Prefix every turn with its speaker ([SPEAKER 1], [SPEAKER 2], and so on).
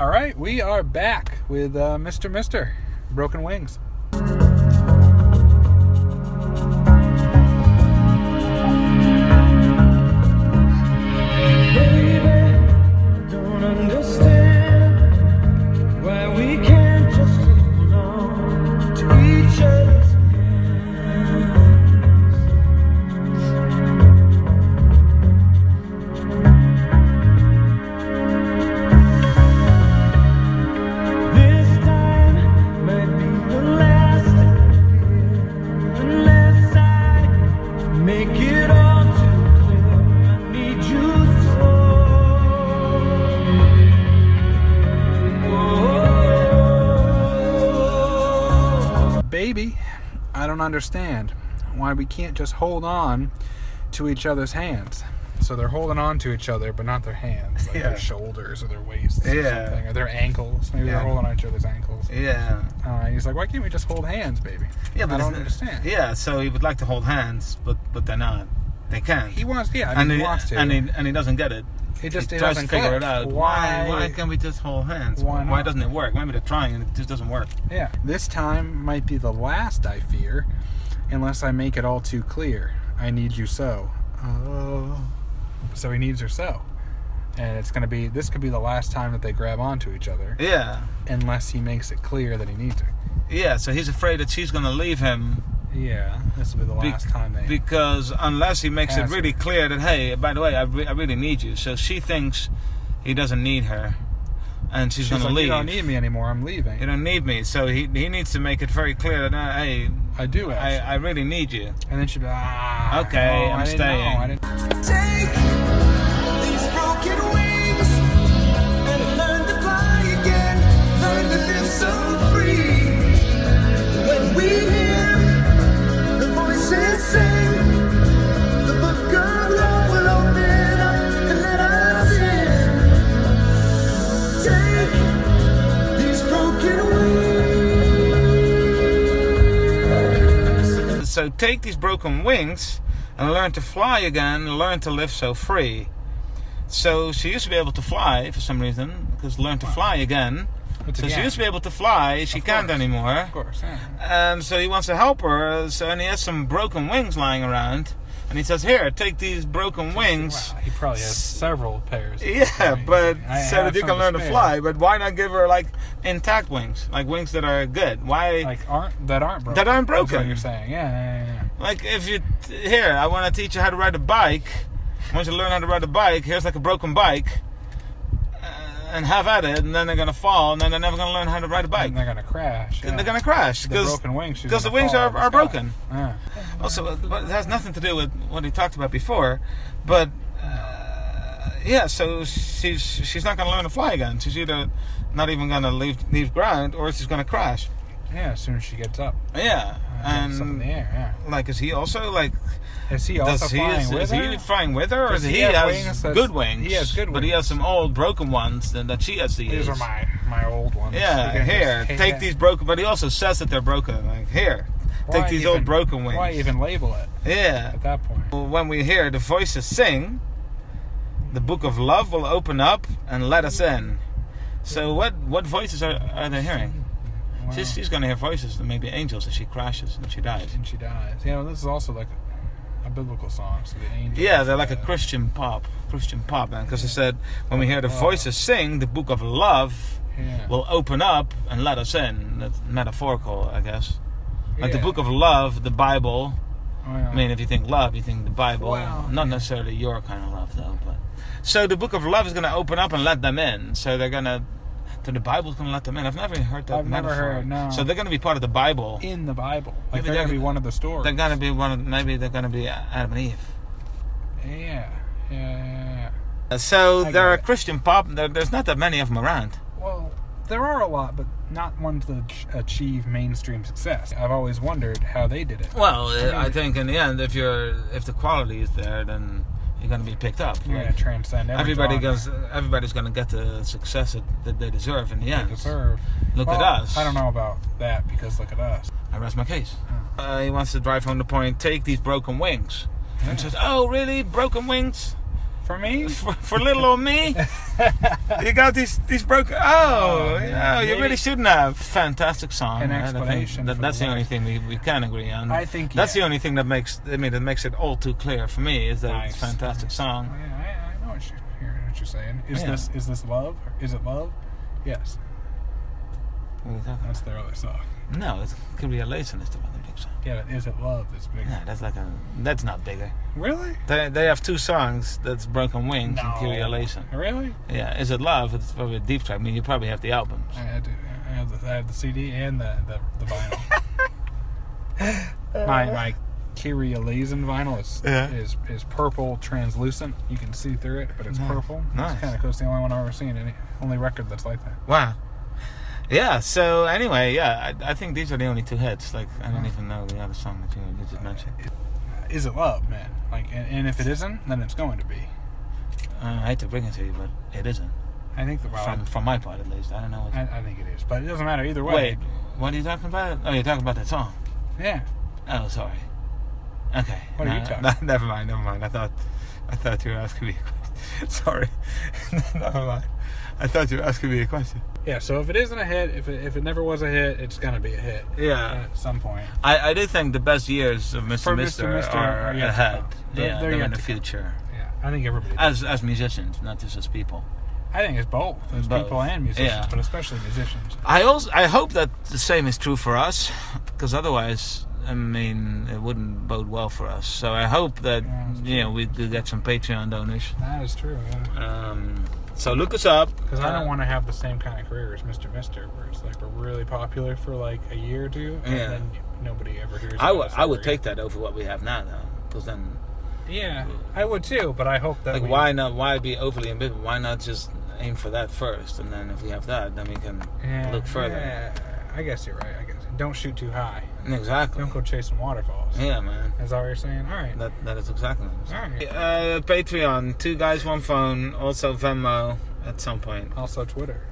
[SPEAKER 1] All right, we are back with uh, Mr. Mister Broken Wings.
[SPEAKER 2] Don't understand why we can't just hold on to each other's hands. This time might be the last I feel unless I make it all too clear. I need you so.
[SPEAKER 1] Baby, I don't understand why we can't just hold on to each other's hands. So they're holding on to each other, but not their hands, like
[SPEAKER 3] Yeah.
[SPEAKER 1] their shoulders or their waists or
[SPEAKER 3] Yeah.
[SPEAKER 1] something, or their ankles. Maybe
[SPEAKER 3] Yeah.
[SPEAKER 1] they're holding on each other's ankles.
[SPEAKER 3] Yeah.
[SPEAKER 1] Uh, he's like, why can't we just hold hands, baby?
[SPEAKER 3] Yeah, but
[SPEAKER 1] I don't
[SPEAKER 3] isn't it-
[SPEAKER 1] understand.
[SPEAKER 3] Yeah, so he would like to hold hands, but but they're not. They can't.
[SPEAKER 1] He wants, yeah, I mean,
[SPEAKER 3] and
[SPEAKER 1] he, wants to.
[SPEAKER 3] and he and he doesn't get it.
[SPEAKER 1] He just he
[SPEAKER 3] tries
[SPEAKER 1] doesn't
[SPEAKER 3] to figure
[SPEAKER 1] click.
[SPEAKER 3] it out.
[SPEAKER 1] Why?
[SPEAKER 3] Why? Why can't we just hold hands?
[SPEAKER 1] Why not?
[SPEAKER 3] doesn't it work? Maybe they're trying and it just doesn't work.
[SPEAKER 1] Yeah. This time might be the last, I fear, unless I make it all too clear. I need you so. Oh. So he needs her so. And it's going to be, this could be the last time that they grab onto each other,
[SPEAKER 3] Yeah,
[SPEAKER 1] unless he makes it clear that he needs her.
[SPEAKER 3] yeah. So he's afraid that she's gonna leave him
[SPEAKER 1] Yeah. This will be the
[SPEAKER 3] Be-
[SPEAKER 1] last time they.
[SPEAKER 3] because unless he makes
[SPEAKER 1] Has
[SPEAKER 3] it really
[SPEAKER 1] her.
[SPEAKER 3] clear that hey, by the way, I, re- I really need you. So she thinks he doesn't need her, and she's,
[SPEAKER 1] She's
[SPEAKER 3] gonna
[SPEAKER 1] like,
[SPEAKER 3] leave.
[SPEAKER 1] You don't need me anymore. I'm leaving.
[SPEAKER 3] You don't need me. So he he needs to make it very clear that uh, hey,
[SPEAKER 1] I do
[SPEAKER 3] I,
[SPEAKER 1] actually.
[SPEAKER 3] I really need you.
[SPEAKER 1] and then she'd be, ah.
[SPEAKER 3] Okay,
[SPEAKER 1] oh,
[SPEAKER 3] I'm
[SPEAKER 1] I didn't know.
[SPEAKER 3] staying."
[SPEAKER 1] I didn't-
[SPEAKER 2] Take these broken wings and learn to fly again. Learn to live so free. When we hear the voices sing, the book of love will open up and let us in. Take these broken wings.
[SPEAKER 3] So take these broken wings and learn to fly again, learn to live so free. So she used to be able to fly for some reason, because learn to fly again.
[SPEAKER 1] It's
[SPEAKER 3] So
[SPEAKER 1] again.
[SPEAKER 3] she used to be able to fly, she
[SPEAKER 1] Of
[SPEAKER 3] can't
[SPEAKER 1] course.
[SPEAKER 3] anymore.
[SPEAKER 1] Of course. yeah.
[SPEAKER 3] And so he wants to help her, so and he has some broken wings lying around. And he says, Here, take these broken wings.
[SPEAKER 1] Wow, he probably has several pairs.
[SPEAKER 3] Yeah, but
[SPEAKER 1] I
[SPEAKER 3] so
[SPEAKER 1] have
[SPEAKER 3] that you
[SPEAKER 1] some
[SPEAKER 3] can learn to
[SPEAKER 1] spare.
[SPEAKER 3] fly. But why not give her like intact wings? Like wings that are good. Why
[SPEAKER 1] like aren't that aren't broken.
[SPEAKER 3] That aren't
[SPEAKER 1] That's what
[SPEAKER 3] broken.
[SPEAKER 1] you're saying. Yeah, yeah, yeah, yeah.
[SPEAKER 3] Like if you here, I want to teach you how to ride a bike. Once you learn how to ride a bike, here's like a broken bike, uh, and have at it, and then they're gonna fall, and then they're never gonna learn how to ride a bike.
[SPEAKER 1] And they're gonna crash.
[SPEAKER 3] And
[SPEAKER 1] yeah.
[SPEAKER 3] they're gonna crash
[SPEAKER 1] Oh the broken wings. she's
[SPEAKER 3] because the
[SPEAKER 1] gonna
[SPEAKER 3] wings
[SPEAKER 1] fall
[SPEAKER 3] are,
[SPEAKER 1] out of the
[SPEAKER 3] are
[SPEAKER 1] sky.
[SPEAKER 3] broken.
[SPEAKER 1] Yeah.
[SPEAKER 3] Also, uh, but it has nothing to do with what he talked about before. But uh, yeah, so she's she's not gonna learn to fly again. She's either not even gonna leave leave ground, or she's gonna crash.
[SPEAKER 1] yeah, as soon as she gets up,
[SPEAKER 3] Yeah,
[SPEAKER 1] and up in the
[SPEAKER 3] and
[SPEAKER 1] air.
[SPEAKER 3] like is he also like
[SPEAKER 1] Yeah. Is he also
[SPEAKER 3] Does he,
[SPEAKER 1] flying
[SPEAKER 3] is,
[SPEAKER 1] with
[SPEAKER 3] is
[SPEAKER 1] her?
[SPEAKER 3] he flying with her, or
[SPEAKER 1] Does
[SPEAKER 3] is he,
[SPEAKER 1] he have
[SPEAKER 3] has
[SPEAKER 1] wings that's-
[SPEAKER 3] good wings?
[SPEAKER 1] he has good
[SPEAKER 3] but he
[SPEAKER 1] wings.
[SPEAKER 3] has some old broken ones that, that she has to use.
[SPEAKER 1] These are my my old ones. We
[SPEAKER 3] Yeah,
[SPEAKER 1] can
[SPEAKER 3] here,
[SPEAKER 1] just take
[SPEAKER 3] take
[SPEAKER 1] that.
[SPEAKER 3] these broken. But he also says that they're broken. Like here,
[SPEAKER 1] Why
[SPEAKER 3] take these
[SPEAKER 1] even-
[SPEAKER 3] old broken wings.
[SPEAKER 1] Why even label it
[SPEAKER 3] Yeah.
[SPEAKER 1] at that point?
[SPEAKER 3] When we hear the voices sing, the book of love will open up and let us in. So what what voices are, are they hearing?
[SPEAKER 1] Wow.
[SPEAKER 3] She's, she's gonna hear voices, maybe angels, if she crashes and she dies.
[SPEAKER 1] and she dies. You know, this is also like a, a biblical song. So the angels.
[SPEAKER 3] Yeah, they're like a
[SPEAKER 1] uh,
[SPEAKER 3] Christian pop, Christian pop man. Because they said when we hear
[SPEAKER 1] Oh.
[SPEAKER 3] the voices sing, the book of love
[SPEAKER 1] Yeah.
[SPEAKER 3] will open up and let us in. That's metaphorical, I guess. Like
[SPEAKER 1] Yeah.
[SPEAKER 3] the book of love, the Bible.
[SPEAKER 1] Well,
[SPEAKER 3] I mean, if you think love, you think the Bible.
[SPEAKER 1] Well,
[SPEAKER 3] Not necessarily your kind of love, though. But so the book of love is going to open up and let them in. So they're going to. So the Bible's going to let them in. I've never even heard that
[SPEAKER 1] I've never
[SPEAKER 3] metaphor.
[SPEAKER 1] heard, no.
[SPEAKER 3] So they're going to be part of the Bible.
[SPEAKER 1] in the Bible, like
[SPEAKER 3] Maybe
[SPEAKER 1] they're
[SPEAKER 3] they're
[SPEAKER 1] gonna be
[SPEAKER 3] gonna-
[SPEAKER 1] one of the stories.
[SPEAKER 3] They're going to be one of maybe they're going to be Adam and Eve.
[SPEAKER 1] Yeah, yeah, yeah, yeah.
[SPEAKER 3] So
[SPEAKER 1] I
[SPEAKER 3] there
[SPEAKER 1] get
[SPEAKER 3] are
[SPEAKER 1] it.
[SPEAKER 3] Christian pop. There, there's not that many of them around.
[SPEAKER 1] Well, there are a lot, but not ones that ach- achieve mainstream success. I've always wondered how they did it.
[SPEAKER 3] Well, I think in the end, if you're if the quality is there, then you're gonna be picked up.
[SPEAKER 1] You're gonna
[SPEAKER 3] Like,
[SPEAKER 1] transcend every
[SPEAKER 3] everybody
[SPEAKER 1] genre
[SPEAKER 3] goes. Everybody's gonna get the success that, that they deserve in the
[SPEAKER 1] they
[SPEAKER 3] end.
[SPEAKER 1] deserve.
[SPEAKER 3] Look
[SPEAKER 1] Well,
[SPEAKER 3] at us.
[SPEAKER 1] I don't know about that because look at us.
[SPEAKER 3] I rest my case. Uh, he wants to drive home the point. Take these broken wings.
[SPEAKER 1] Yeah.
[SPEAKER 3] And says, "Oh, really? Broken wings?
[SPEAKER 1] For me,
[SPEAKER 3] for, for little old me. you got these these broken.
[SPEAKER 1] Oh,
[SPEAKER 3] Oh, yeah,
[SPEAKER 1] yeah.
[SPEAKER 3] you
[SPEAKER 1] Maybe-
[SPEAKER 3] really shouldn't have. Fantastic song.
[SPEAKER 1] An
[SPEAKER 3] right? I think
[SPEAKER 1] explanation
[SPEAKER 3] That,
[SPEAKER 1] for
[SPEAKER 3] that's
[SPEAKER 1] the
[SPEAKER 3] the only
[SPEAKER 1] words.
[SPEAKER 3] thing we, we can agree on.
[SPEAKER 1] I think,
[SPEAKER 3] that's
[SPEAKER 1] yeah.
[SPEAKER 3] the only thing that makes I mean that makes it all too clear for me is that it's a
[SPEAKER 1] Nice.
[SPEAKER 3] fantastic
[SPEAKER 1] Oh,
[SPEAKER 3] song.
[SPEAKER 1] yeah, I, I know what you're, hear what you're saying. Is
[SPEAKER 3] Yeah.
[SPEAKER 1] this is this love? Is it love? Yes,
[SPEAKER 3] What are you talking
[SPEAKER 1] that's their other song.
[SPEAKER 3] about? No, it could be a lace and it's the fucking big song.
[SPEAKER 1] Yeah, but is it love? Is big.
[SPEAKER 3] No, that's like a that's not bigger.
[SPEAKER 1] Really?
[SPEAKER 3] They, they have two songs that's Broken Wings and Curiolation.
[SPEAKER 1] Really?
[SPEAKER 3] Yeah, Is It Love? It's probably a deep track. I mean, you probably have the album.
[SPEAKER 1] I had to. I have the, I have the CD and the the, the vinyl. my my Kyria Lazen vinyl is,
[SPEAKER 3] Yeah.
[SPEAKER 1] is is purple translucent. You can see through it, but it's
[SPEAKER 3] Nice.
[SPEAKER 1] purple.
[SPEAKER 3] Nice.
[SPEAKER 1] It's kind of cool. It's the only one I've ever seen. Any only record that's like that.
[SPEAKER 3] Wow. Yeah, so anyway, yeah, I, I think these are the only two hits. Like, I don't even know the other song that you, you just mentioned. Uh,
[SPEAKER 1] Is it love, man? Like, and, and if it isn't, then it's going to be.
[SPEAKER 3] Uh, I hate to bring it to you, but it isn't.
[SPEAKER 1] I think the well,
[SPEAKER 3] From, from my part, at least. I don't know. What
[SPEAKER 1] I, I think it is, but it doesn't matter either way.
[SPEAKER 3] Wait, what are you talking about? Oh, you're talking about that song.
[SPEAKER 1] Yeah.
[SPEAKER 3] Oh, sorry. Okay.
[SPEAKER 1] What are you talking about?
[SPEAKER 3] never mind, never mind. I thought I thought you were asking me a question. sorry. never mind. I thought you were asking me a question.
[SPEAKER 1] Yeah. So if it isn't a hit, if it, if it never was a hit, it's gonna be a hit.
[SPEAKER 3] Yeah.
[SPEAKER 1] At some point.
[SPEAKER 3] I, I do think the best years of Mr.
[SPEAKER 1] For Mr.
[SPEAKER 3] Mister,
[SPEAKER 1] Mister
[SPEAKER 3] are,
[SPEAKER 1] are yet to
[SPEAKER 3] ahead.
[SPEAKER 1] come. They're-
[SPEAKER 3] yeah,
[SPEAKER 1] they're
[SPEAKER 3] they're,
[SPEAKER 1] yet
[SPEAKER 3] in the
[SPEAKER 1] to come.
[SPEAKER 3] future.
[SPEAKER 1] Yeah. I think everybody.
[SPEAKER 3] As as musicians, not just as people.
[SPEAKER 1] I think it's both. It's
[SPEAKER 3] Both.
[SPEAKER 1] people and musicians,
[SPEAKER 3] Yeah.
[SPEAKER 1] but especially musicians.
[SPEAKER 3] I also I hope that the same is true for us, because otherwise, I mean, it wouldn't bode well for us. So I hope that
[SPEAKER 1] Yeah, that's
[SPEAKER 3] you know we could get some Patreon donors.
[SPEAKER 1] That is true, yeah.
[SPEAKER 3] Um, so look us up
[SPEAKER 1] Because I
[SPEAKER 3] Uh,
[SPEAKER 1] don't want to have the same kind of career as Mr. Mister, where it's like we're really popular for like a year or two, and
[SPEAKER 3] Yeah.
[SPEAKER 1] then nobody ever hears.
[SPEAKER 3] Uh, I
[SPEAKER 1] about
[SPEAKER 3] would
[SPEAKER 1] us
[SPEAKER 3] I
[SPEAKER 1] ever
[SPEAKER 3] would
[SPEAKER 1] again.
[SPEAKER 3] take that over what we have now, though, because then
[SPEAKER 1] Yeah, I would too, but I hope that
[SPEAKER 3] like
[SPEAKER 1] we-
[SPEAKER 3] why not why be overly ambitious? Why not just aim for that first, and then if we have that, then we can
[SPEAKER 1] Yeah,
[SPEAKER 3] look further.
[SPEAKER 1] yeah, I guess you're right. I guess don't shoot too high.
[SPEAKER 3] Exactly.
[SPEAKER 1] Don't go chasing waterfalls.
[SPEAKER 3] Yeah, man.
[SPEAKER 1] That's all you're saying. All right.
[SPEAKER 3] That that is exactly. What I'm saying.
[SPEAKER 1] All right.
[SPEAKER 3] Uh, Patreon, two guys, one phone. Also Venmo at some point.
[SPEAKER 1] Also, Twitter.